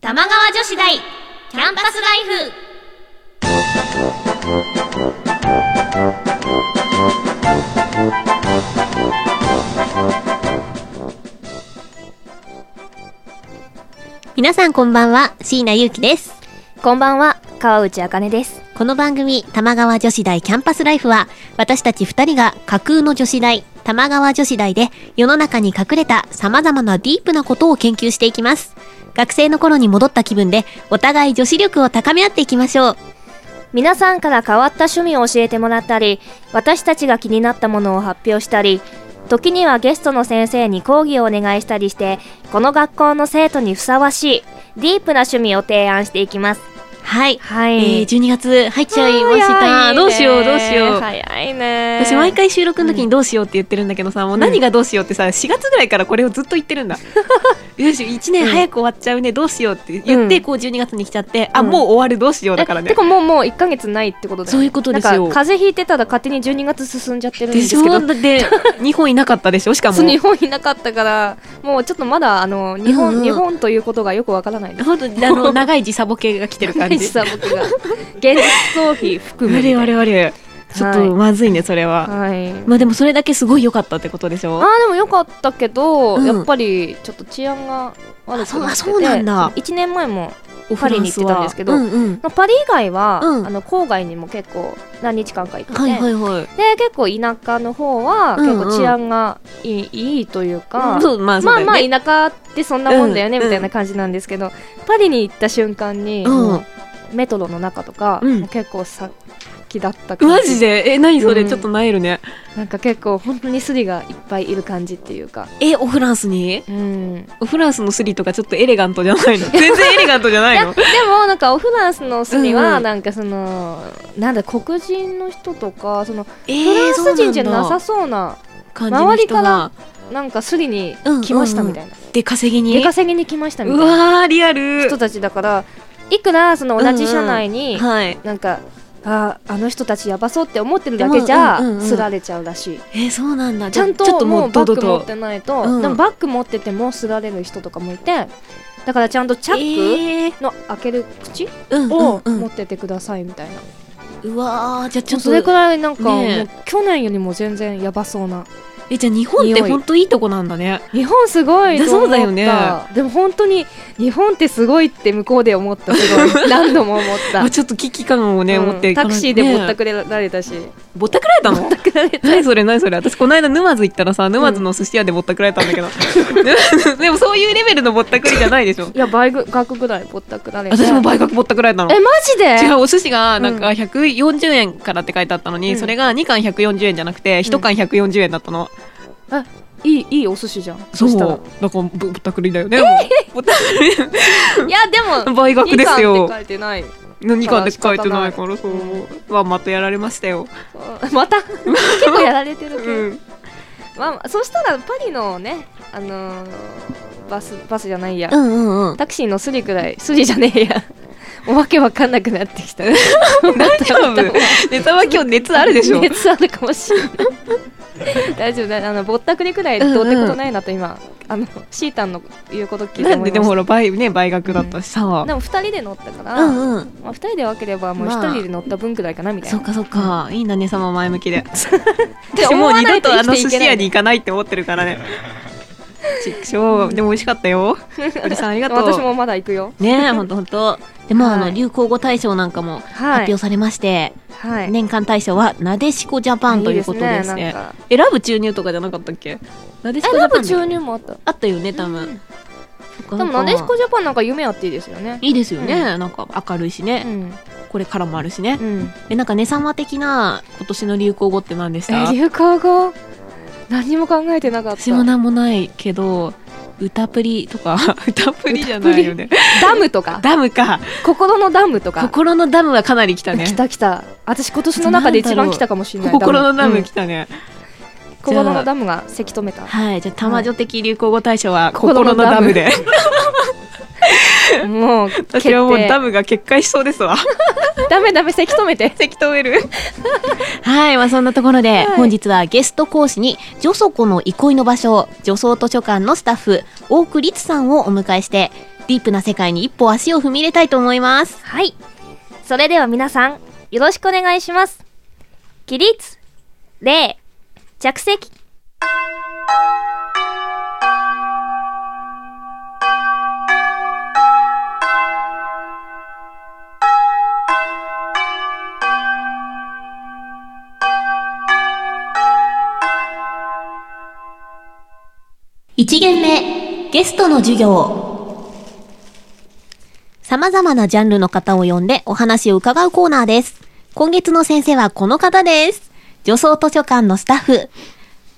玉川女子大キャンパスライフ皆さんこんばんは椎名優樹ですこんばんは、川内あかねです。この番組玉川女子大キャンパスライフは私たち2人が架空の女子大玉川女子大で世の中に隠れた様々なディープなことを研究していきます学生の頃に戻った気分でお互い女子力を高め合っていきましょう皆さんから変わった趣味を教えてもらったり、私たちが気になったものを発表したり、時にはゲストの先生に講義をお願いしたりして、この学校の生徒にふさわしい、ディープな趣味を提案していきます。はい、はえー、12月入っちゃいましたどうしようどうしよう早いね。私毎。回収録の時にどうしようって言ってるんだけどさ、もう何がどうしようってさ4月ぐらいからこれをずっと言ってるんだよし1年早く終わっちゃうねどうしようって言ってうんこう12月に来ちゃって、あうんもう終わるどうしようだからえねてかもうもう1ヶ月ないってことだそよういうことなでんすかよ風邪ひいてたら勝手に12月進んじゃってるんでですしけょどだって日本いなかったでしょしかもそう日本いなかったからもうちょっとまだあの日本、うんうん日本ということがよくわからないです。本当にあの長い時差ボケが来てる感 じさ僕が現実逃避あ含めれあれあれちょっとまずいねそれは、はい。まあでもそれだけすごい良かったってことでしあょーでもよかったけど、うんやっぱりちょっと治安が悪くなあってそうあそうなんだ1年前もおパリに行ってたんですけどうんうんまあパリ以外は、うんあの郊外にも結構何日間か行ってて、はいはいはいで結構田舎の方はうんうん結構治安がいい,、いいというか、そうまあそうまだあよねまあ田舎ってそんなもんだよねうんみたいな感じなんですけど、パリに行った瞬間に、うんもうメトロの中とか、うんもう結構先だった感マじジでえ何それ、うんちょっとなえるねなんか結構本当にスリがいっぱいいる感じっていうかえおフランスにうんおフランスのスリとかちょっとエレガントじゃないの 全然エレガントじゃないのでもなんかオフランスのスリうんうはんなんかその、なんだ黒人の人とかそのえフランス人じゃなそうんさだそうな感じの周り人かがらなんかスリに来ましたみたいな、出稼ぎに出稼ぎに来ましたみたういなわーリアル人たちだからいくらその同じ社内に、はいなんかあーあの人たちやばそうって思ってるだけじでもうんうんうゃんすられちゃうらしい、えーそうなんだちゃんとちょっとももううバ堂ッ々グ持っとてないと、うんでもバッグ持っててもすられる人とかもいてだからちゃんとチャッえークの開ける口うんをうんう持っんててくださいみたいな、うわーじゃあちょっそれくとらいなんかもうね去年よりも全然やばそうなえじゃあ日本って匂い本当いいとこなんだね日本すごいと思そったうだよねでも本当に日本ってすごいって向こうで思ったすごい 何度も思ったあちょっと危機感をね、うん持っていかタなクいとシーでぼったねくられたし、ぼったくられたの ぼったくられた何それ何それ私この間沼津行ったらさ沼津の寿司屋でぼったくられたんだ けど、でもそういうレベルのぼったくりじゃないでしょいや倍ぐ額ぐらいぼったくられて私も倍額ぼったくられたのえマジで違うお寿司がなんかう140円からって書いてあったのに、うんそれが2貫140円じゃなくて1貫140円だったの、いいいいお寿司じゃんそそうしただらからぼぼったくりだよね、ぼったくいやでもり 倍額です二貫っよて書いてない そ2貫って書いてないからそううまんまとやられましたよ、うま た結構やられてるうけど、ん、まあ、そしたらパリのねあのーバスバスじゃないや、んうんうんタクシーのスリくらいスリじゃねえや もうわけわかんなくなってき た多分 ネタは今日 熱あるでしょ熱あるかもしれない 大丈夫だあのぼったくりくらいどうってことないなと今、あのシータンの言うこと聞いてなん思いまでしたでもほら倍ね倍額だったしさ、でも2人で乗ったから、うんうんまあ、2人で分ければもうまあ1人で乗った分くらいかなみたいそな、っかそっかいいんだね様前向き でで私もう二度とあの思わないと生寿きて司いけない屋に行かないって思ってるからねちくしょうでも美味しかったよ鳥さんありがとう私もまだ行くよねえほんとほんとでまああはのい流行語大賞なんかも発は表い、されまして、はい、年間大賞はなでしこジャパンということですねいいなんかえラブ注入とかじゃなかったっけなでしえこジラャパブン注入もあったあったよね多分、うんそっかそっかでもなでしこジャパンなんか夢あっていいですよねいいですよね、なんか明るいしうね、ん、これからもあるしね、うん、えなんかねさま的な今年の流行語って何でしえた流行語何も考えてなかっ た私もなんもないけど歌プリとか 歌プリじゃないよねダムとかダムか心のダムとか心のダムはかなり来たね来た来た私今年の中で一番来たかもしれない心のダうムん来たね、心のダムがせき 止めたはいじゃあ玉女的流行語大賞は心心ののダダムム でもう決私はもう定ダムが決壊しそうですわダメダメせき止めて せき止めるはいまあそんなところで、はい本日はゲスト講師に女祖子の憩いの場所女装図書館のスタッフ大久律さんをお迎えしてディープな世界に一歩足を踏み入れたいと思います。はい。それでは皆さん、よろしくお願いします。起立、礼、着席。一限目、ゲストの授業。様々なジャンルの方を呼んでお話を伺うコーナーです。今月の先生はこの方です。女装図書館のスタッフ、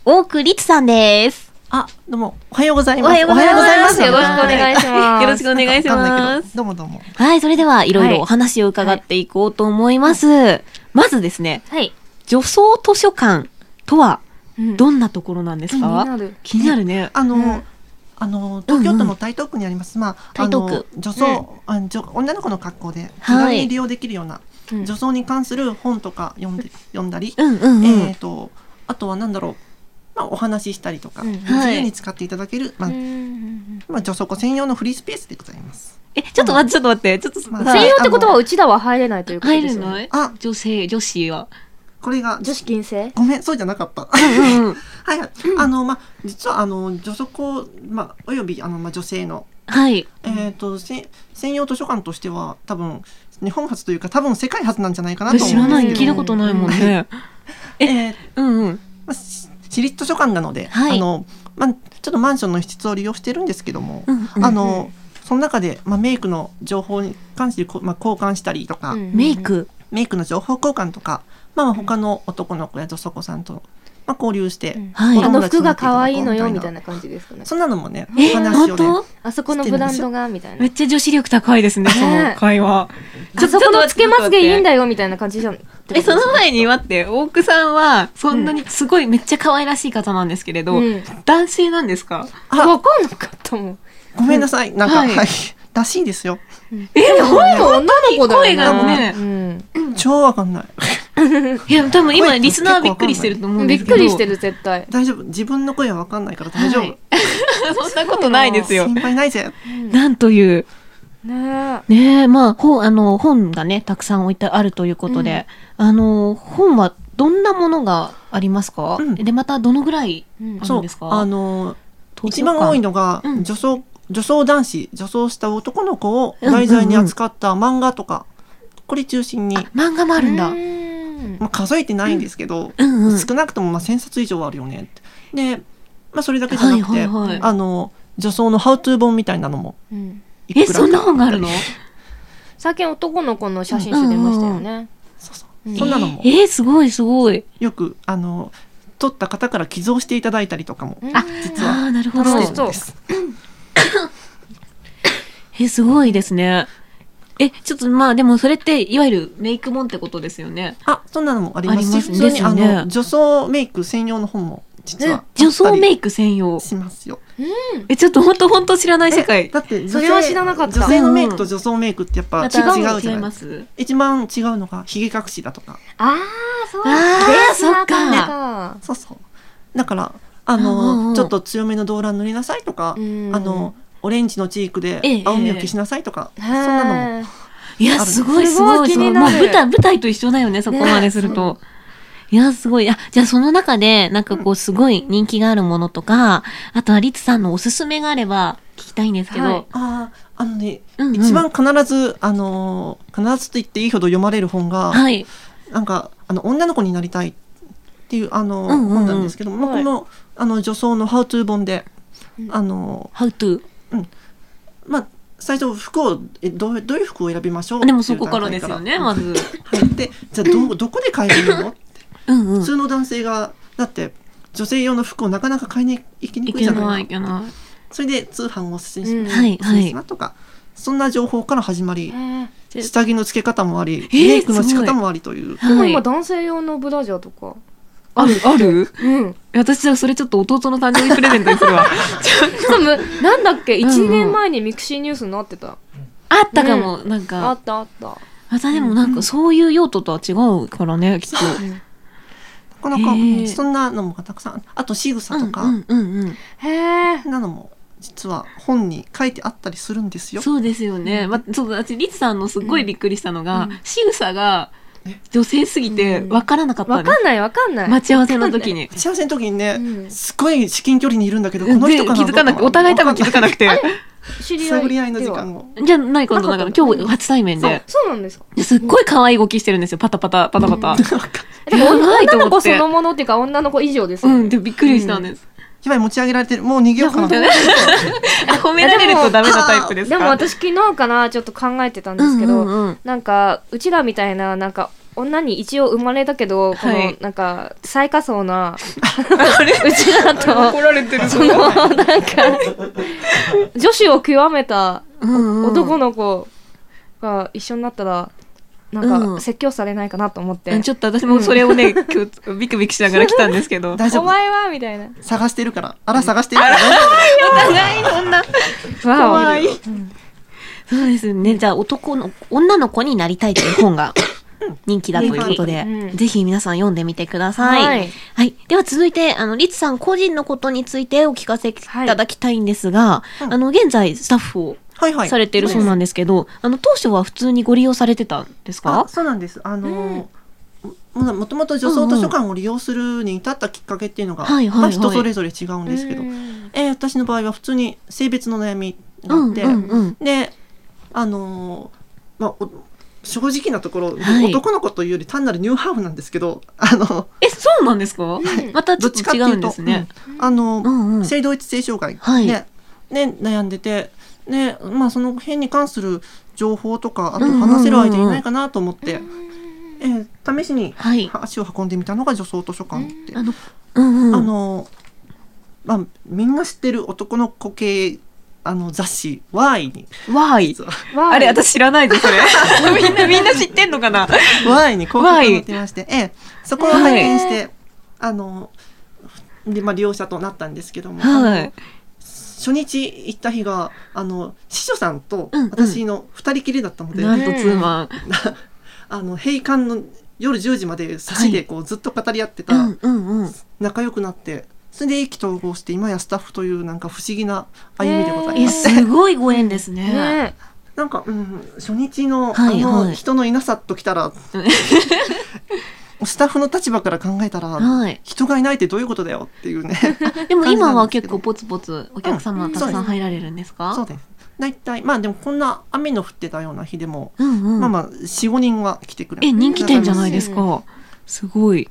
大久律さんです。あ、どうも、おはようございまおす。はようございますおはようござよろしくお願いしますはよろしくお願いしますわかんないけどどうもどうも。はい、それではいろいはろいお話を伺っていこうと思います。まずですね、はい。女装図書館とはうんどんなところなんですか、る。気になるね。あの、うんあの東京都の台東区にあります、まあ、台あ東区の女装、あの女女の子の格好で気はい軽に利用できるような、うん女装に関する本とか読んで読んだり、うんうんうん。えっ、とあとはなんだろう、まあ、お話ししたりとか、うん自由に使っていただける、まあうんうんまあ、女装子専用のフリースペースでございます。え、ちょっと待って、ちょっと待って、ちょっとまあうんさ、専用ってことはうちらは入れないということ入でるすよねのあ、女性、女子は。これが女子禁制ごめん、そうじゃなかった。うんうん。はい、あの、まあ、実は、あの、女足を、まあ、および、あの、まあ、女性の。はい。えっ、と、せん専用図書館としては、多分、日本初というか、多分世界初なんじゃないかなと知思うらんでなすい、けど。聞いたことないもんね。えーうんうん。まあ、し私立図書館なので、はいあの、まあ、ちょっとマンションの一室を利用してるんですけども。うんうんあの、その中で、まあ、メイクの情報に関してこう、まあ、交換したりとか、メイ。ク。メイクの情報交換とか。まあ、他の男の子や女足子さんと、まあ、交流して。うんはいあの服が可愛いのよみたいな感じですかね。そんなのもね、え、お話を本ね。当あそこのブランドがみたいなめっ。ちゃ女子力高いですね、その会話。あそこのつけまつげいいんよ。だよみたいな感じじゃん。え、その前に待って、大久さんは、そんなに、すごい、めっちゃ可愛らしい方なんですけれど、うん男性なんですかあわかんなかったもん。ごめんなさい。なんか、ははいい、らしいですよ。え、声が女の子だよ声がねうん超わかんない。いや、多分今、リスナーびっくりしてると思うんでびすっけど。くりしてる絶対。大丈夫。自分の声はわかんないから大丈夫。はいそんなことないですよ心。配ないぜ。なんという。ねねえ、まあ、本、あの、本がね、たくさん置いてあるということで、あの、本はどんなものがありますか、うんで、またどのぐらいうんあるそんうです。かあの、図一書館番多いのがうん、女装、女装男子、女装した男の子を題材に扱った漫画とか、これ中心に、あ漫画もあるんだ。うんまあ、数えてないんですけど、うんうん。少なくともまあ1000冊以上はあるよねって。で、まあ、それだけじゃなくて、はいはいはいあの、女装のハウトゥー本みたいなのもうんいくらえ、かそんな本があるの最近男の子の写真集出ましたよね。そうそうう。んそんなのもえ、ーすごいすごい。よく、あの、撮った方から寄贈していただいたりとかも。うんあ実はああ、なるほど。楽楽ししいいえそうです。ー、すごいですね。え、ちょっとまあ、でもそれって、いわゆるメイク本ってことですよね。あ、そんなのもありますありまし、す普通でにすよあねの女装メイク専用の本も実は女装メイイク専用。しますよ。え、ちょっとほんとほんと知らない世界。だってそ女れは性知らなかった女性のメイクと女装メイクってやっぱ違まうたじ違ゃうないのです違いかます。一番違うのが髭隠しだとか。ああ、そうあーベースなそっ感そうそう。だからあうんうんうんのちょっと強めの動乱塗りなさいとか、あじうんのオレンジのチークでええ青みを消しなさいとか、じそか。んなのも。へーいや、あるすごいすすごごい。いそ気うにもうなる舞台、舞台と一緒だよね、そこまですると。いや、すごい。あ、じゃあその中で、なんかこう、すごい人気があるものとか、あとはリツさんのおすすめがあれば聞きたいんですけど。はいああ、あのね、うんうん一番必ずあの必ずと言っていいほど読まれる本が、はい。なんかあの女の子になりたいっていうあの、うんうんうん本なんですけど、まあ、はこいの,、あの女装の「ハウトゥー本でう」んあの How to? まあ最初服をえどうどういう服を選びましょうでもそこからですよっていね、う段ま階ず。からはい、でじゃあ どどこで買えばいいのってうんう普ん。通の男性がだって女性用の服をなかなか買いに行きにいくいじけゃなないい、いですかけなそれで通販をおすすめうんしはいおすすめしますとか、そんな情報から始まりへーい。下着の付け方もあり、えーメイクの仕方もありという。でもはい今男性用のブラジャーとか。ある、あるうん。 私じゃあそれちょっと弟の誕生日プレゼントにするわ。多分なんだっけ、んうん1、2年前にミクシーニュースになってた。 あったかも、なんあか。ったあった。またでもなんかそういう用途とは違うからね、きっと。なかなかへーそんなのもたくさんあと仕草とか、うんうんうんうん。へえ。なのも実は本に書いてあったりするんですよ。そうですよね。ま、そう、私、リツさんのすっごいびっくりしたのが、仕草が女性すぎて分からなかったわんですか。んないわかんない。待ち合わせの時に。打ち合わせの時にね、うんすごい至近距離にいるんだけど、こでの人かな気づかなくて、お互い多分気づかなくて。知り合い探り合いの時間 を。 じゃあ、何今度ななんんかか今日初対面そうで。そうなんですかですっごい可愛い動きしてるんですよ。パタパタ、パタパタ。でもやばいと思女っての子そのものっていうか女の子以上ですうよねん、で、びっくりしたんです。やばい、持ち上げられてる。もう逃げようかな。いやあ 褒められるとダメなタイプですかでも私昨日かなちょっと考えてたんですけど、なんかうちらみたいななんか女に一応生まれたけど、はこいのなんか最下層な うちらとられてるそのなんか女子を極めた男のの子が一緒になったらなんうんか説教されないかなと思って、ちょっと私もそれをね、今日ビクビクしながら来たんですけど。大丈お夫。前はみたいな探してるから。あら、探してるから。大丈お互いそんな。わい。そうですね。じゃあ、男の、女の子になりたいという本が 人気だということで、うんぜひ皆さん読んでみてくだおさい。は。はいい、では続いて、あの、リツさん個人のことについてお聞かせいただきたいんですが、うんあの、現在スタッフを夫はいはい。されてるそうなんですけど、あの、当初は普通にご利用されてたんですあかそうなんです。あのーももともと女装図書館を利用するに至ったきっかけっていうのが、はいはいはいまあ、人それぞれ違うんですけど、えー私の場合は普通に性別の悩みがあうっん、て、うん、うん。であのーまあお正直なところ、はい男の子というより単なるニューハーフなんですけどあのえ、そうなんですかうんまたちどょっっちかとって違ういんうでとすね。あの、うん、うん。性同一性障害、はいねね悩んでてで、まあ、その辺に関する情報とかあとうんうんうんうん話せる相手いないかなと思って、えー試しにはい。足を運んでみたのが女装図書館って、あの、うん、あうん。の、まあ、みんな知ってる男の子系あの雑誌「Y」にわーい。実はあれ、私知らないです、それ。みんな、みんな知ってんのかな Y に広告が載ってまして、ええ、そこを拝見して、あので、まあ、利用者となったんですけども、はあのい。初日行った日があの司書さんとうんうん私の2人きりだったので、なんとツーマン。あの閉館の夜10時まで差しでこうずっと語り合ってた、うん、うん、うん。仲良くなってそれで意気投合して今やスタッフというなんか不思議な歩みでございえ、ます。すごいご縁ですね。ね なんか、うん、初日の、はいあはのい人のいなさとき たら、スタッフの立場から考えたら、はい。人がいないってどういうことだよっていうね。でも感じな今んですは結けど構ポツポツお客様たくさん入られるんです そかうです。大体、まあでもこんな雨の降ってたような日でも、うんうまあん。まあ、4、5人は来てくれる。え、人気店じゃないですうか。すごい。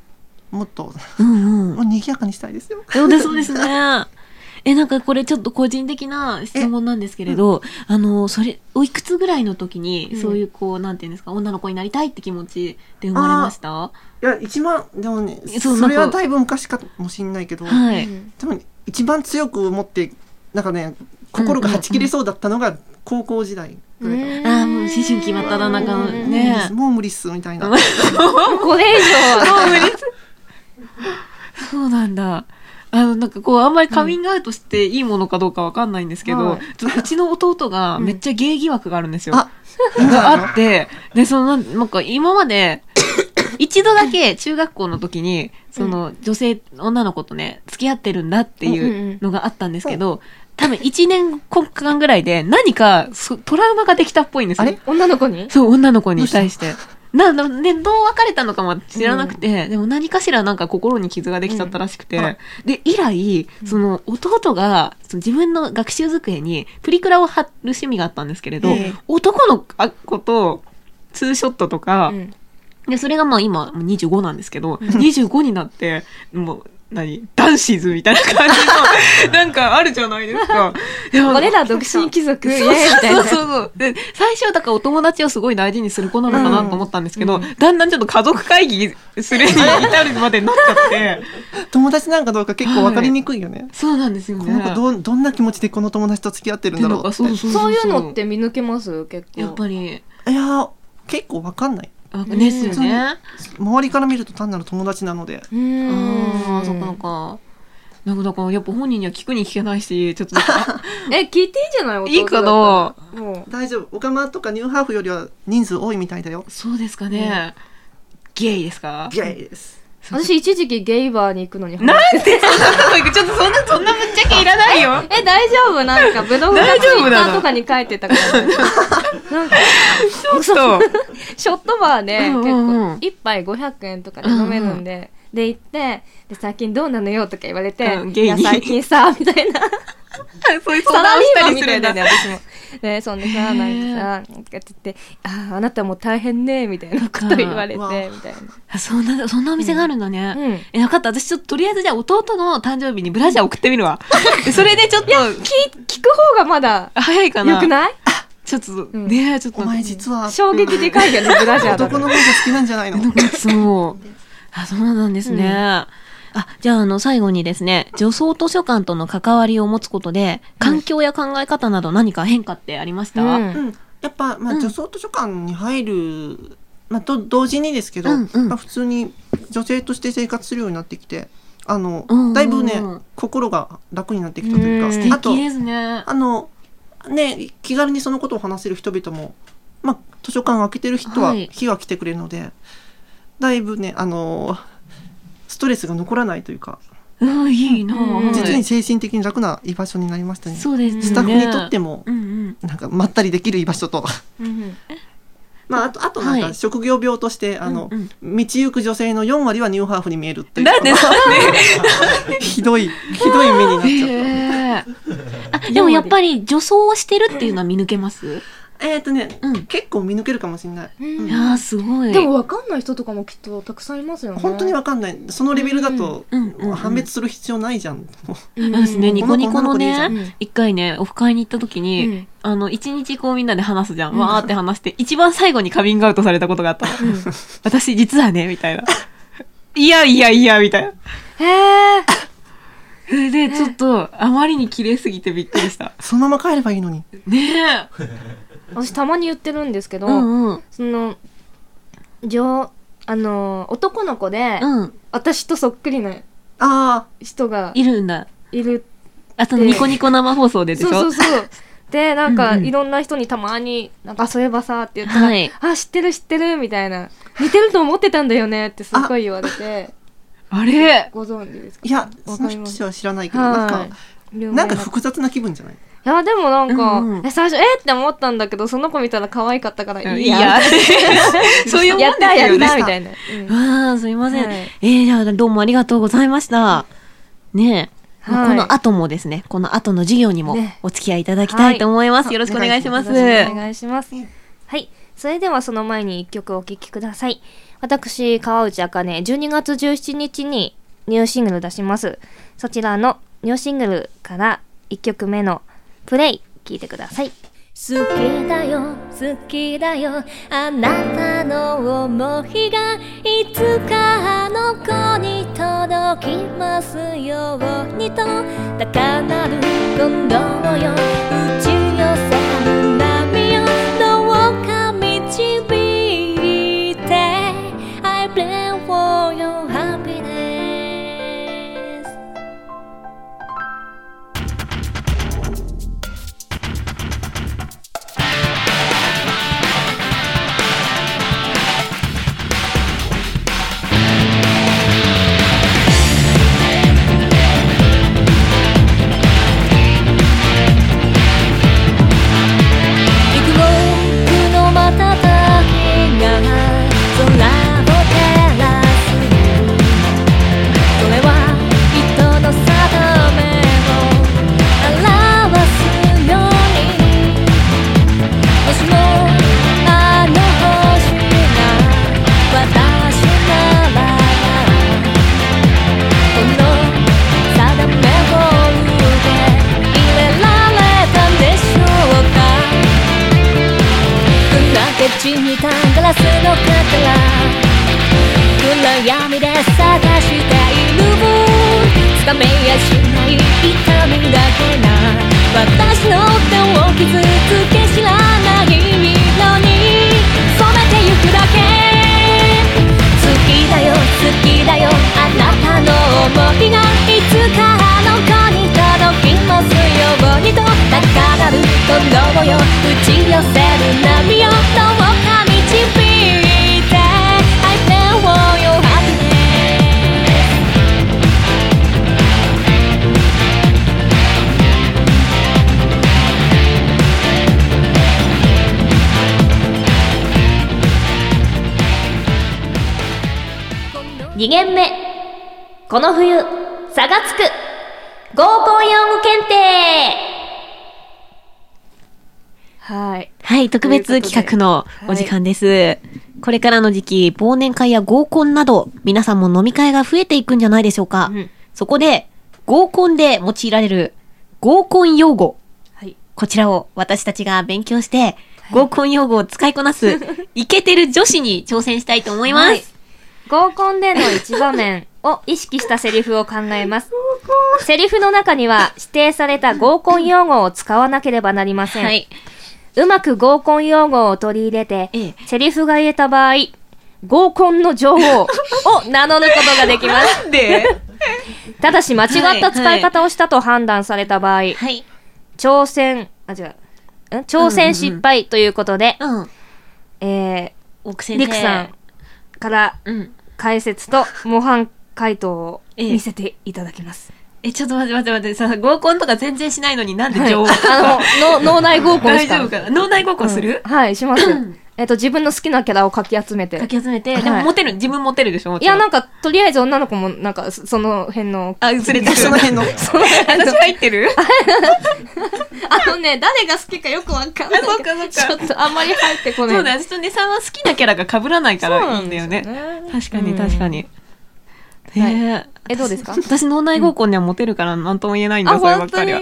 もっと、うんうもん。う賑やかにしたいですよ。そうです、そうですね。え、なんかこれちょっと個人的な質問なんですけれど、あの、それ、おいくつぐらいの時に、うんそういうこう、なんていうんですか、女の子になりたいって気持ちで生まれましたいや、一番、でもね、そうそれなはんかだいぶ昔かもしんないけど、はうい。ん多分一番強く思って、なんかね、心がはち切れそうだったのが高校時代ぐらいかな。あーもう思春期真っ只中のうんねもう無理っす、みたいな。 これ以上は無理そうなんだ。あの、なんかこう、あんまりカミングアウトしていいものかどうかわかんないんですけど、はいうちの弟がめっちゃゲイ疑惑があるんですよ。あがあって、で、その、なんか今ま で、一度だけ中学校の時に、その、女性、女の子とね、付き合ってるんだっていうのがあったんですけど、多分1年間ぐらいで何かそトラウマができたっぽいんですよ。あれ女の子にそう、女の子に対して。な、な、で、どう別れたのかも知らなくて、でも何かしらなんか心に傷ができちゃったらしくて、うんあらで、以来、その、弟が、その自分の学習机にプリクラを貼る趣味があったんですけれど、ええ男の子と、ツーショットとか、うんで、それがまあ今、もう25なんですけど、25になって、もう、何男子図みたいな感じの、なんかあるじゃないですか。でも俺ら独身貴族イエーイみたいそうなそうそう。で、最初はだからお友達をすごい大事にする子なのかなと思ったんですけど、うんだんだんちょっと家族会議す るに至るまでになっちゃって。友達なんかどうか結構分かりにくいよね。 そうなんですよね。この子どうどんな気持ちでこの友達と付き合ってるんだろなうんかってそうそうそういうのっそうて見抜けます結構やっぱり、いやー結構分かんないあですよね。周りから見ると単なる友達なのでうーんああ、そっかそっか。なんかだからやっぱ本人には聞くに聞けないし、ちょっとなん かえ聞いていいんじゃない弟いいかだなっ。たらも大丈夫オカマとかニューハーフよりは人数多いみたいだよそうですかね。ゲイですかゲイです私一時期ゲイバーに行くのにハマっなんで そんなとこ行くちょっとそんな、そんなぶっちゃけいらないよ。え、大丈夫なんか、ブログとか大ツ丈イ夫ッタなのーとかに書いてたから。 なんか、ちょっと。ショットバーで、うんう結んうん構、一杯500円とかで飲めるんで、で、行って、で、最近どうなのよとか言われて、うんゲイいにや、最 近さ、みたいな。そういうサ相ラ談をリしーたマンりみすたるいんだだね、私も。で、そんでさ、なんかさ、なんかつって、ああ、あなたも大変ね、みたいなこと言われて、うみわたいな。あそんな、そんなお店があるんだね。うんうんえ、なかった。私ちょっととりあえずじゃあ弟の誕生日にブラジャー送ってみるわ。でそれでちょっと、聞聞く方がまだ、早いかな。良くないちょっと、んねえ、ちょっとおなんか。前実は衝撃でかいよね、ブラジャーだと男の方が好きなんじゃないのなんかそう。あ、そうなんですね。うんあ、じゃあ、あの、最後にですね、女装図書館との関わりを持つことで、環境や考え方など何か変化ってありました、うんうん、やっぱ、まあ、うん女装図書館に入る、まあ、と同時にですけど、うんうんまあ、普通に女性として生活するようになってきてあの、うんうんうんだいぶね心が楽になってきたというか、うんあといいですね。あの、ね、気軽にそのことを話せる人々も、まあ、図書館開けてる人ははい日が来てくれるので、だいぶねあのストレスが残らないというか、うん、いいな、うんはい実に精神的に楽な居場所になりましたね。そうですね。スタッフにとっても。もうんうん。なんかまったりできる居場所とうんまあ、あと、あとなんはかい職業病として、あの、うん道行く女性の4割はニューハーフに見えるっていう。なんでそうね。 ひどい、ひどい目になっちゃった。へーあでもやっぱり女装をしてるっていうのは見抜けますえっとね、うん結構見抜けるかもしれない。うんいやーすごい。でも分かんない人とかもきっとたくさんいますよね。本当にわかんない。そのレベルだと、うんうんうんもう判別する必要ないじゃん。そうですね、ニコニコの女の子でいいじゃねん、一回ね、オフ会に行った時に、うんあの、一日こうみんなで話すじゃん。わーって話して、一番最後にカミングアウトされたことがあったの。 私実はね、みたいな。いやいやいや、みたいな。へえ。それで、ちょっと、あまりに綺麗すぎてびっくりした。そのまま帰ればいいのに。ねえ。私たまに言ってるんですけど、うんうん。その女あの男の子で、うん。私とそっくりなあ人がいるんだ。いる。あと、ニコニコ生放送ででしそょうそ うそう。でなんうかんうんいろんな人にたまに「なんかそういえばさ」って言ったら「はいあ知ってる知ってる」みたいな「似てると思ってたんだよね」ってすごい言われてあれご存知ですかあ、いや、わそかのります人は知らないけど、なんはか、い有名なんか複雑な気分じゃないいや、でもなんか、うんうんえ最初、えって思ったんだけど、その子見たら可愛かったから、いや、 そういうもんですよね。やった、やった、みたいな。わあ、すいません。はいえー、じゃあどうもありがとうございました。ねえ。まあはいこの後もですね、この後の授業にもねお付き合いいただきたいと思います。はいよろしくお願いします。うんよろしくお願いします。はい。それではその前に一曲お聴きください。私、川内茜、12月17日にニューシングル出します。そちらのニューシングルから一曲目のプレイ、聴いてください。好きだよ好きだよあなたの想いがいつかあの子に届きますようにと高鳴る今度よ打ち寄せる波よどうか導いて I pray for your happiness 幾億の瞬きが空を照らすそれは人の定めを表すようにもしもあの星が私ならこの定めを受け入れられたんでしょうか砕け散ったガラスのかけら暗闇で探している掴めやしない痛みだけが私の手を傷つけ知らない色に染めてゆくだけ好きだよ好きだよあなたの想いがいつかあの子に届きますようにと高鳴る鼓動よ打ち寄せる波よどうか導いて I feel your happiness 2限目この冬差がつく合コン用語検定はいはい、特別企画のお時間です。これからの時期、忘年会や合コンなど、皆さんも飲み会が増えていくんじゃないでしょうか。うんそこで、合コンで用いられる合コン用語。はいこちらを私たちが勉強して、合コン用語を使いこな す、イケてる女子に挑戦したいと思います。はい合コンでの一場面を意識したセリフを考えます。セリフの中には指定された合コン用語を使わなければなりません。はい。うまく合コン用語を取り入れて、ええセリフが言えた場合、合コンの女 王を名乗ることができます。で、 ただし間違った使い方をしたと判断された場合、はい。挑戦、あ、違う。ん挑戦失敗ということで、うん。え奥ー、先生。リクさんからうん。解説と模範解答を見せていただきます。え、ちょっと待って待って待って、さ、合コンとか全然しないのになんではい、情報、 あのの脳内合コン大した丈夫かな脳内合コンする、うんはいしますえっと自分の好きなキャラをかき集めてかき集めて、はいでもモテる、自分モテるでしょもいちろやなんかとりあえず女の子もなんかそその辺のあ、連れてくそるの。辺の。その辺の私入ってるあのね誰が好きかよくわかんないあそっかそっかちょっとあんまり入ってこないそうだよ、私とネさんは好きなキャラが被らないからいいんだよね。そうなんです確かよねに確かに。うんはいねえどうですか私脳内合コンにはモテるから何とも言え ないんだあよ、そればっ本か当りには。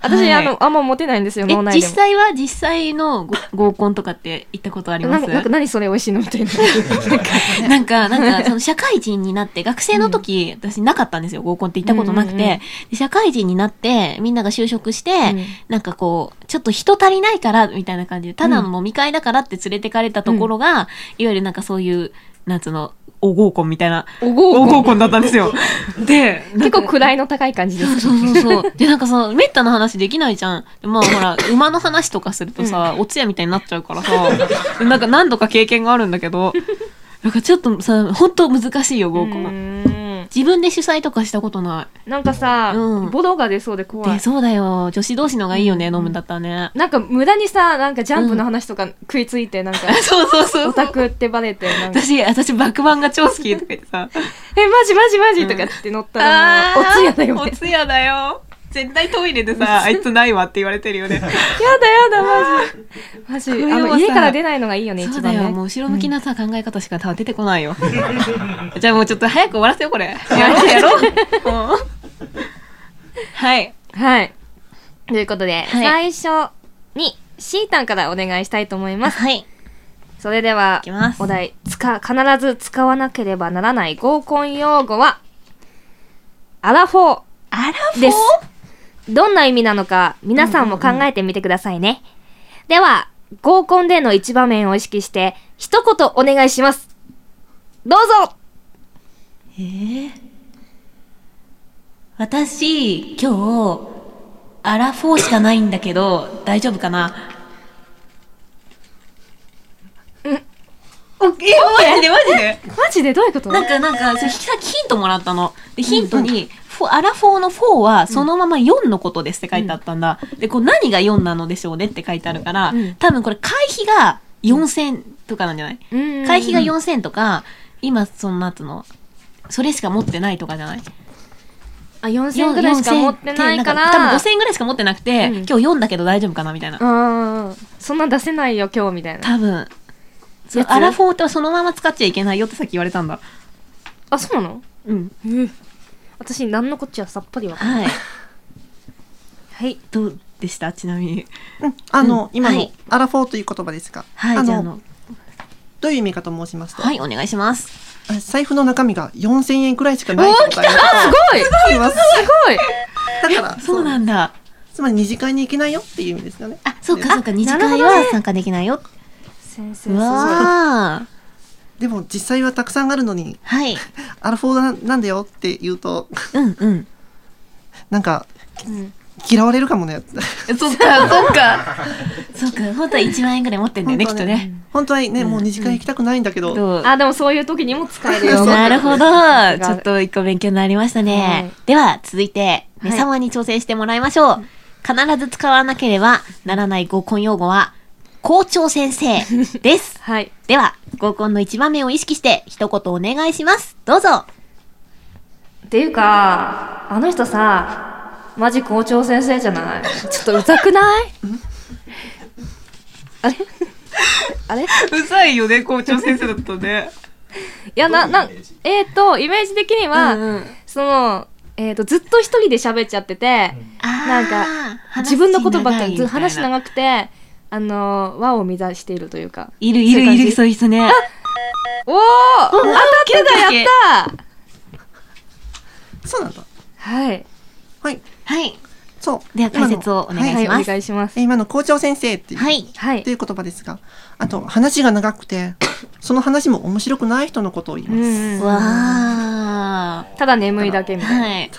私、はいあのあんまモテないんですよえ脳、内実でも際は実際のご合コンとかって行ったことありまなんすかなんか何それ美味しいのみたい ななんか、なんか、その社会人になって、学生の時、私なかったんですよ、合コンって行ったことなくうんうんうんて。で社会人になって、みんなが就職してうん、なんかこう、ちょっと人足りないから、みたいな感じで、ただの飲み会だからって連れてかれたところが、いわゆるなんかそういう、なんつうの、お合コンみたいな、おごおおご合コンだったんですよ。 で、結構位の高い感じですそうそ うそう。で、なんかさ、めったな話できないじゃん。でまあほら、馬の話とかするとさ、お通夜みたいになっちゃうからさ、でなんか何度か経験があるんだけど、なんかちょっとさ、ほんと難しいよ、合コン。うん自分で主催とかしたことななんかさ、うんボロが出そうでい。怖で、い。そうだよ。女子同士のがいいよね、うん飲むんだったらね。 なんか無駄にさ、なんかジャンプの話とか食いついて、なんか、そうそうそオうそタう。クってバレて、なんか、 私、私、爆満が超好きとか言って さ。え、マジマジマジとかって乗ったら、もうおつやだよおね。通夜だよ。絶対トイレで さ、あいつないわって言われてるよ ね。やだやだ、マジ。マジ、これあはさの、家から出ないのがいいよね、そう一だ番よ、ね。もう後ろ向きなさ、考え方しか多分出てこないよ。 じゃあもうちょっと早く終わらせよう、これ。やろう、や ろう。もうはい。はい。ということで、はい最初に、シータンからお願いしたいと思います。はい。それでは、きますお題、使、必ず使わなければならない合コン用語は、アラフォー。あらです。どんな意味なのか、皆さんも考えてみてくださいね。では、合コンでの一場面を意識して、一言お願いします。どうぞえー私、今日、アラフォーしかないんだけど、大丈夫かなおえ、マジでマジでマジでどういうことなんか、なんか、それさっきヒントもらったの。で、ヒントに、フォアラフォーの4はそのまま4のことですって書いてあったんだ。で、こう何が4なのでしょうねって書いてあるからうん、多分これ会費が4000とかなんじゃない会会費が4000とか、今そのなんつうの、それしか持ってないとかじゃないあ、4000ぐらいしか持ってないから、多分5000ぐらいしか持ってなくて、うん今日4だけど大丈夫かなみたいな。うん。そんな出せないよ、今日、みたいな。多分。そうやつアラフォーってそのまま使っちゃいけないよってさっき言われたんだ。あ、そうなのうん。私、何のこっちゃさっぱりわかんない。はい。はい。どうでしたちなみに。うんあの、今はのい、アラフォーという言葉ですが、はい、あじゃああのの、どういう意味かと申しますと、はい、お願いします。財布の中身が4000円くらいしかない状態だすごいすと思います。ごいだから、そうなんんだ。つまり二次会に行けないよっていう意味ですよね。あ、そうか、あそうか、二次なる会ほどはね参加できないよ。先生、すうごい。わー。でも実際はたくさんあるのに、はい。アラフォーなんだよって言うと、 うんうん。なんか、うん嫌われるかもね。 そっ か、そっか。そうか、本当は1万円ぐらい持ってんだよね、きっとね。。本当はね、もう二次会行きたくないんだけど、どうあ、でもそういう時にも使える よ。なるほど。がちょっと一個勉強になりましたね。はでは、続いて、い。ね様に挑戦してもらいましょう。必ず使わなければならない合コン用語は、校長先生です はい。では、合コンの一場面を意識して、一言お願いします。どうぞ。っていうかあの人さマジ校長先生じゃないちょっとうざくない あれ あれうざいよね、校長先生だったね。いや、な、などういうイメージ、えっ、と、イメージ的には、その、えっ、と、ずっと一人で喋っちゃってて、なんか自分のことばっかりず話長くて、あのー、和を乱しているというか。いるいるいる、そういう人ね。おお当オたってッたケーやオッケーったそうなんだ。はい。はい。はい。そう。では解説をお願いします今のはい、お願いしますえ。今の校長先生っていう、はい。はいって。いう言葉ですが、あと話が長 くて、その話も面白くない人のことを言います。うんうん、わただ眠いだけみー。たいな。はい。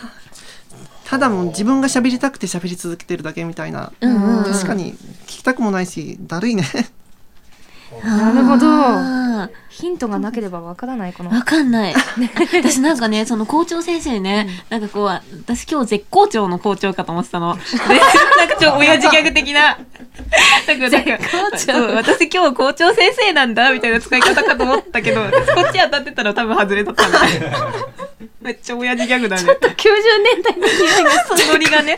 ただもう自分が喋りたくて喋り続けてるだけみたいな。うんうん。確かに聞きたくもないし、だるいね。 なるほど。あヒントがなければわからない、このー。わかんない。私なんかね、その校長先生ね、なんかこう、私今日絶好調の校長かと思ってたの。で、 なんかちょ、親父ギャグ的な。なんか、なんか、そう私今日校長先生なんだ、みたいな使い方かと思ったけど、こっち当たってたら多分外れだったんだ。めっちゃ親父ギャグだね。 90年代の匂いがする。ノリがね。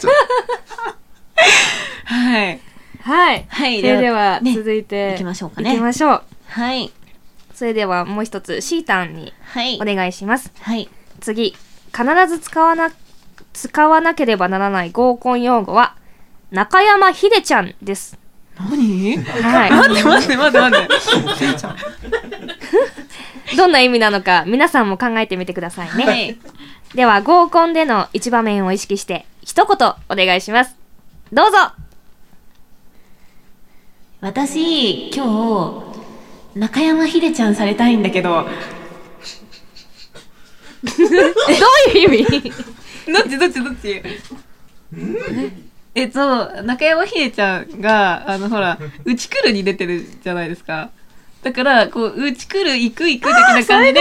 はい。はい。 はいそれでは、ね続いて、行きましょうか行きね。ましょう。はい。それでは、もう一つ、シータンにはいお。願いします。はい。次必ず使わな使わなければならない合コン用語は中山秀ちゃんです。何は待って待って待って待って。い。どんな意味なのか皆さんも考えてみてくださいね。はい。では合コンでの一場面を意識して一言お願いします。どうぞ。私、今日、中山秀ちゃんされたいんだけど、どういう意味？どっちどっちどっちえっと、中山秀ちゃんが、あの、ほら、うちくるに出てるじゃないですか。だから、こう、うちくる、行く行く的な感じで、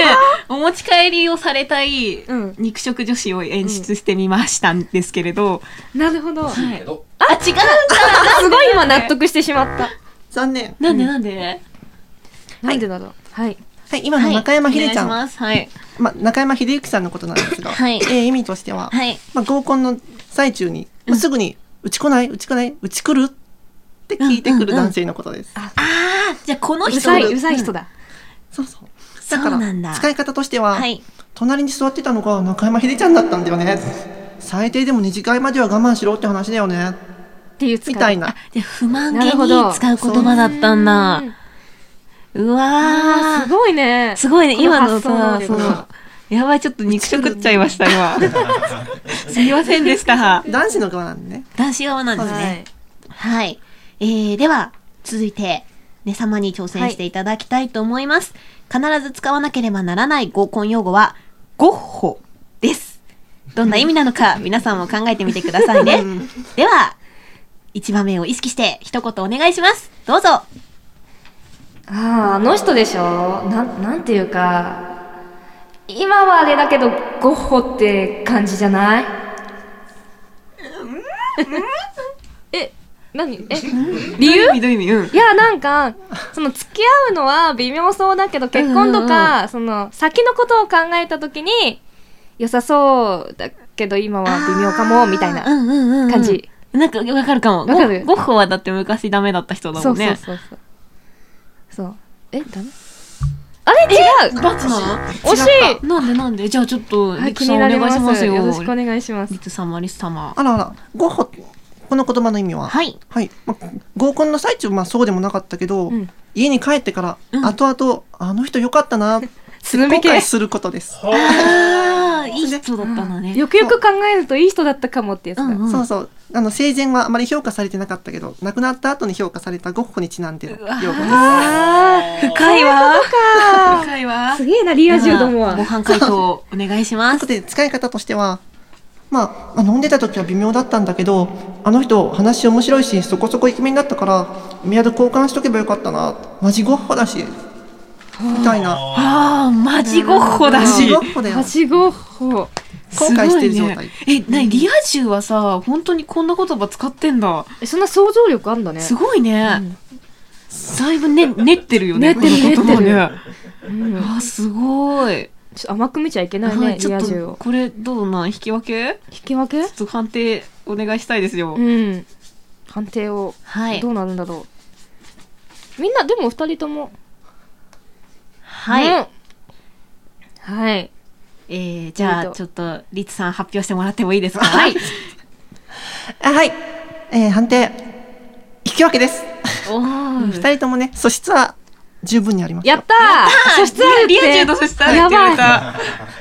お持ち帰りをされたい、ん肉食女子を演出してみましたんですけれど、なるほど。すはいけ。どあ、違うごい今納得してしまった。残念。なんでなんでなんでだろう。はい。はい、今の中山秀ちゃん、お願いします。はい。まあ、中山秀幸さんのことなんですが、はいえー意味としては、はい。まあ、合コンの最中に、まあすぐに、うち来ないうち来ないうち来るって聞いてくる男性のことです。あー、じゃあこのう人ざい、うざい人だ。そうそう。そだうかなんら、だ。使い方としては、はい。隣に座ってたのが中山秀ちゃんだったんだよね。最低でも二次会までは我慢しろって話だよね。っていう使みたい。な。で、不満なげるほにど使う言葉だったんだう。んうあーわすごいねー。。すごいね、この今の発想さ、能力その、やばい、ちょっと肉食っちゃいました、 今。すいませんでした。男子の側なんでね。男子側なんですはね。い。はい。えー、では、続いて、ね様に挑戦していただきたいと思います。必ず使わなければならない合コン用語は、ゴッホです。どんな意味なの か、皆さんも考えてみてくださいね。では、一番目を意識して、一言お願いします。どうぞ。ああ、あの人でしょなん、なんていうか、今はあれだけど、ゴッホって感じじゃないえ、何え、理由どういう意味うん。いや、なんか、その、付き合うのは微妙そうだけど、結婚とか、その、先のことを考えたときに、良さそうだけど、今は微妙かも、みたいなうんうんうんうん感。じ。なんか、わかるかも。わかるゴゴッホはだって昔ダメだった人だそもうんね。そうそうそう。そう。え、ダメあれ違うバツな惜しいのなんでなんでじゃあちょっと、はい、リ気ツさんにお願なりいましす。ますよ。よろしくお願いしますリ。ツ様、リス様。あらあら、ゴッホ、この言葉の意味は、はい。はい。まあ、合コンの最中、まあそうでもなかったけど、うん家に帰ってから、後々、あの人良かったな、ってス後ヌビ系悔することです。ああ、いい人だったのね。よくよく考えるといい人だったかもってやつだ。うんうんそうそう。あの、生前はあまり評価されてなかったけど、亡くなった後に評価されたゴッホにちなんでの用語です。あ深いわ。深いわあ、。すげえな、リア充どもはご。飯回答お願いしまとす。いうことで使い方としては、まあ、まあ飲んでた時は微妙だったんだけど、あの人話面白いし、そこそこイケメンだったから、メアド交換しとけばよかったな。マジゴッホだし。みたいな。ああ、マジゴッホだマしジ。ゴッホだよは。しごほ。後悔してる状態すごいね、え、なに、リア充はさ、本当にこんな言葉使ってんだ。えそんな想像力あんだね。すごいね。だいぶね、練ってるよね。 練ってるこの言葉練ね。あー、すごい。ちょっと甘く見ちゃいけなはいねい、、ちリょアっ充とを。これどうなん引き分け引き分けちょっと判定お願いしたいですよ、うん。判定を、はいどうなるんだろう。みんな、でも二人とも。はい。うんはい。えー、じじゃあゃちあょっとちょっと、リツさん発表してもらってもいいですか はい。あはい、えー判定引き分けですおー二人ともね素質は十分にありますよやったー素質あるってリア充と素質あるって言われた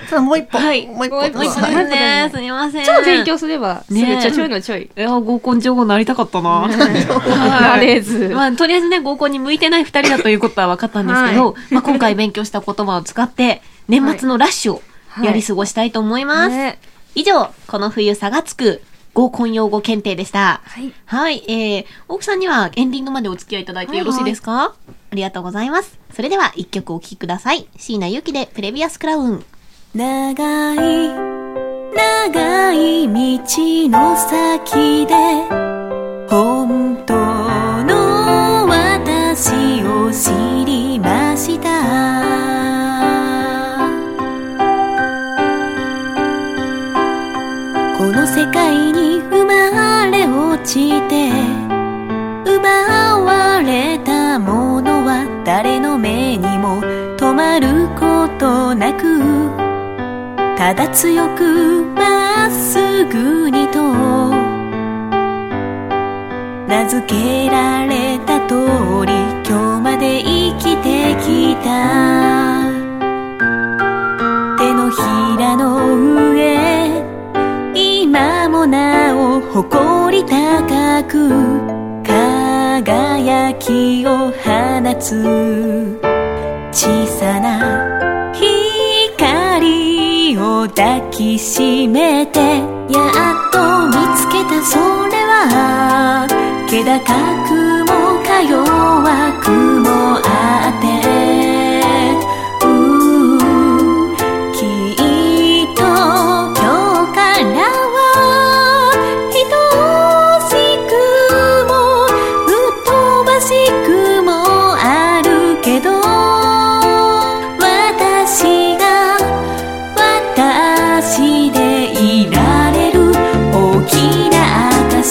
ただもう一歩、はいもう一歩もう一歩もう一個はいですね。すみません。超勉強すれば、すぐねえちょちょいのちょい。いや合コン情報なりたかった な、なれず。まあ、とりあえずね、合コンに向いてない二人だということは分かったんですけど、まあ、今回勉強した言葉を使って、年末のラッシュをやり過ごしたいと思います。ね以上、この冬差がつく合コン用語検定でした。はい。はい、えー、奥さんにはエンディングまでお付き合いいただいてよろしいですか、ありがとうございます。それでは一曲お聴きください。椎名ゆきでプレビアスクラウン。長い長い道の先で本当の私を知りましたこの世界に生まれ落ちて奪われたものは誰の目にも止まることなくただ強くまっすぐにと名付けられた通り今日まで生きてきた手のひらの上今もなお誇り高く輝きを放つ小さな光を抱きしめてやっと見つけたそれは気高くもか弱くもあってうんきっと今日からは愛しくもうっとばしくもあるけど私が私でいられる大きな証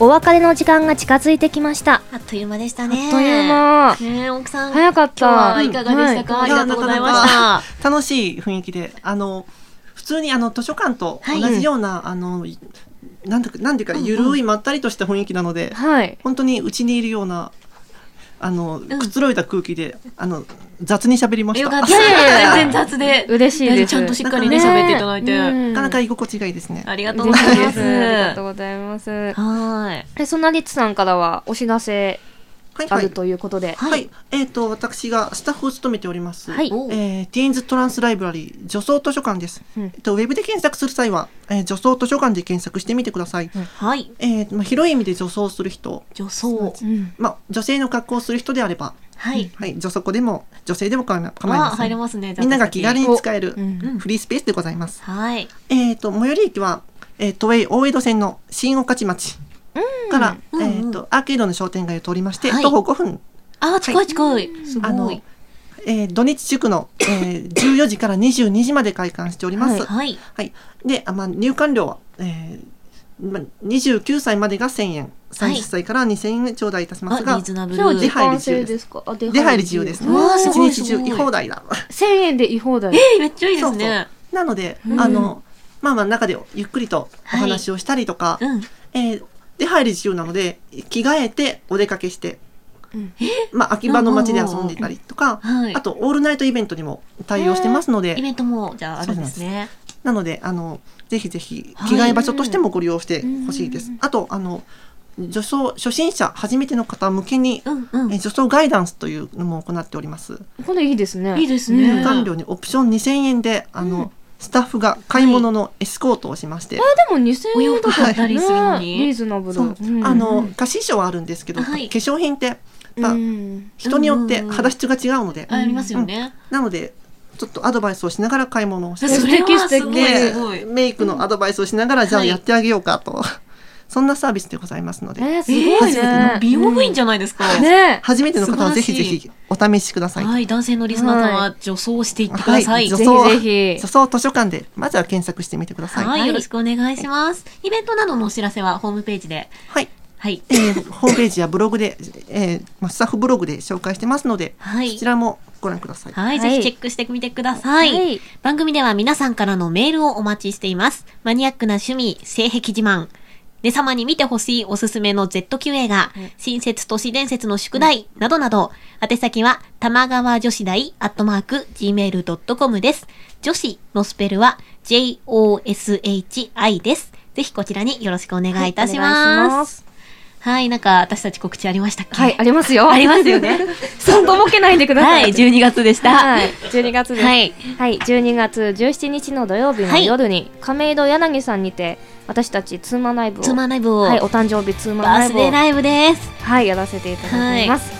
お別れの時間が近づいてきました。あっという間でしたあっね。という間。ねえ奥さん、今早かっ日はた。いかがでしたか、はあいりがとうございました。楽しい雰囲気であの普通にあの図書館と同じような、あのいなんてなんていうかゆるいまったりとした雰囲気なので、はい。本当にうちにいるようなあのくつろいだ空気であの雑に喋りましよた。かっなた。いやい や全然雑で。嬉しいです。ちゃんとしっかりね、なんかね喋っていただいて。うんかなか居心地がいいですね。ありがとうござい嬉しいま。ですす。ありがとうございます。はい。で、そんなリッツさんからはお知らせはいあはいる。ということで。いはい、えっ、と私がスタッフを務めております。はいおえーティーンズトランスライブラリー女装図書館です、うんえっとウェブで検索する際は、えー女装図書館で検索してみてください、はい。えーまあ、広い意味で女装する人、女装。うんまあ、女性の格好をする人であれば、はい。はい、女装でも女性でも構いま構いあ、ませ入れんますね。じゃあみんなが気軽に使えるうんフリースペースでございます、はい。えっ、と最寄り駅は、えー、都営大江戸線の新御徒町から、うんうんえー、とアーケードの商店街を通りまして、はい徒歩5分あ、近い近い。すあごのい。、えー土日祝の、えー、14時から22時まで開館しております。はい。はい。で、あまあ、入館料は、えーまあ、29歳までが1000円、はい30歳から2000円頂戴いたしまあ、すリが、ーズナブそれはル。時時間間制制でですかあ出入り自由ですね。うわーす一ごい日中すごい居放題だ。 1000円で居放題。えーめっちゃいいですね。なので、あの、まあまあ中でゆっくりとお話をしたりとか、うん。えー出入り自由なので、着替えてお出かけして、うんまあ、秋葉の街で遊んでいたりとか、はいあ。と、オールナイトイベントにも対応してますのでイ、ベントも、じゃあ、あるんですね。なので、あの、ぜひぜひはい着替え場所としてもご利用してほしいです。あと、あの、女装初心者、初めての方向けに、うんうんえ。女装ガイダンスというのも行っております。これいいですね。いいですうんね。入館料にオプション2000円で、あの、スタッフが買い物のエスコートをしまして、でも2000お洋円服だ買ったとりするのにリーズナブル。そう、うんあの、貸し衣装はあるんですけど、はい化粧品って、うまあ、ん人によって肌質が違うので、あありますよね。なので、ちょっとアドバイスをしながら買い物をしてそれはすごい素敵素敵すでごい。メイクのアドバイスをしながら、じゃあはいやってあげようかと、 そんなサービスでございますので、えー、すごい初めてねの。美容部員じゃないですか。ね初めての方はぜひぜひお試しください。はい、男性のリスナーさんは女装していってください。女は、はいいぜ装ひぜひ女装図書館でまずは検索してみてください。よろしくお願いします。イベントなどのお知らせはホームページで。はい。はい。えーホームページやブログで、えーまあ、スタッフブログで紹介してますので、はいそちらもご覧ください。はい、はいぜひチェックしてみてください。はい番組では皆さんからのメールをお待ちしています。マニアックな趣味、性癖自慢。ね様に見てほしいおすすめの Z 級映画、新設都市伝説の宿題、などなど、宛先は、玉川女子大、アットマーク、gmail.com です。女子のスペルは、joshi です。ぜひこちらによろしくお願いいたしはいお願ま。いしますはい、なんか私たち告知ありましたっけはい、ありますよ。ありますよね。 そうとぼけないでくださ。はいい、12月でした。はい、12月です。はい。はい、12月17日の土曜日の夜に、亀戸柳さんにて、私たちツーマンライブを、ツーマンライブを、はい、お誕生日ツーマンバラーイスブデーを、ライブです。はい、やらせていただきます。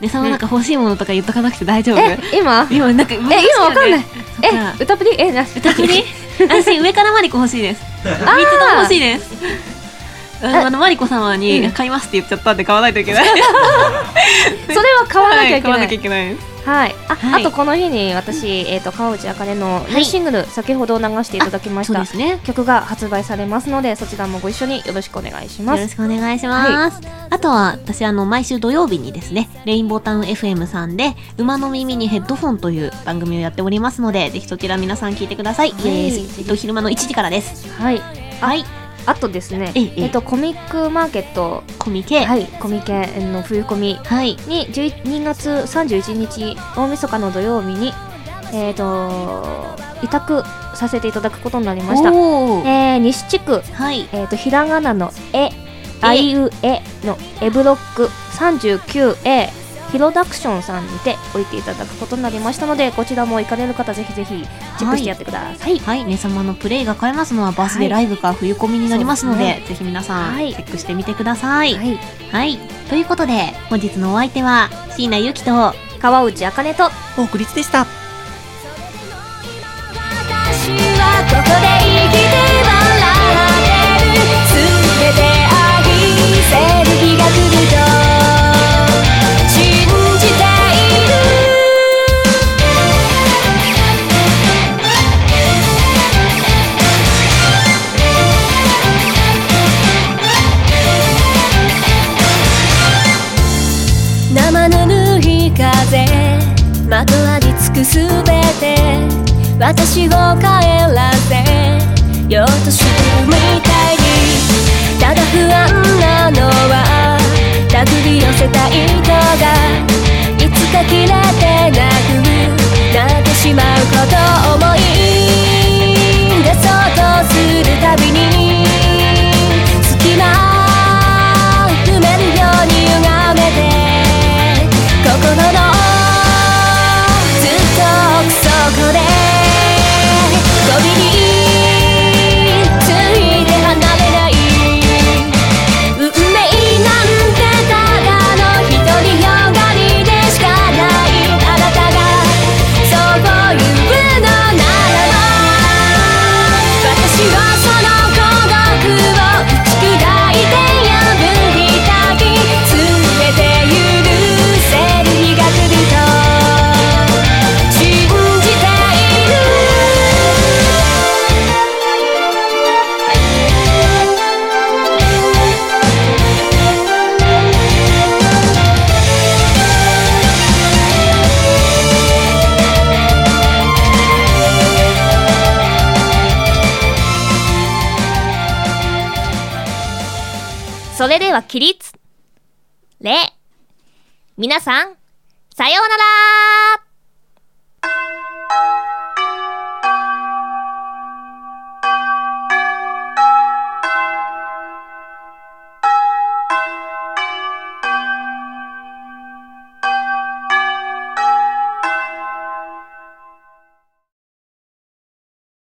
ねさんはなんか欲しいものとか言っとかなくて大丈夫え、今今なんか、え、え、今わかんない。え、え、歌プリえ、な、歌逆に私、上からマリコ欲しいです。 あ三つとも欲しーいです。ああの、マリコ様に買いますって言っちゃったんで買わないといけない。それは買わなきゃいけ買わななきゃいい。けないです。はい。あ、はいあとこの日に私、えっと、川内あかねのニューシングル、先ほど流していただきましそうたですね。曲が発売されますので、そちらもご一緒によろしくお願いしまよろす。しくお願いします。あとは、私、あの、毎週土曜日にですね、レインボータウン FM さんで、馬の耳にヘッドフォンという番組をやっておりますので、ぜひそちら皆さん聞いてください。はいえーえっと、昼間の1時からです。はい。はい。あとですね、えええっと、コミックマーケット、コミケ。はい、コミケの冬コミはい。に12月31日大晦日の土曜日に、えー、と委託させていただくことになりました、おーえー西地区、はい。えー、とひらがなの「え」「あいうえ」の「えブロック 39A」ヒロダクションさんにて置いていただくことになりましたのでこちらも行かれる方ぜひぜひチェックしてやってください、はい、ね様のプレイが買えますのはバースデーライブか冬コミになりますので、はいぜひ皆さんはチいェックしてみてください。はい、はい、ということで本日のお相手は椎名ゆきと川内あかねと大栗津でした。私はここで生きて笑ってる全てを受け入れて愛せる日が来ると信じている生ぬるい風まとわりつくすべて私を帰らせようとしてるみたいにただ不安なのは手繰り寄せた糸がいつか切れてなくなってしまうことを思い出そうとするたびに隙間埋めるように歪めて心のずっと奥底でゴミについて離れない運命なんてただの独りよがりでしかないあなたがそう言うのならば私はその孤独を打ち砕いて破りたい全て許せる日が来ると信じているそれでは起立礼皆さんさようなら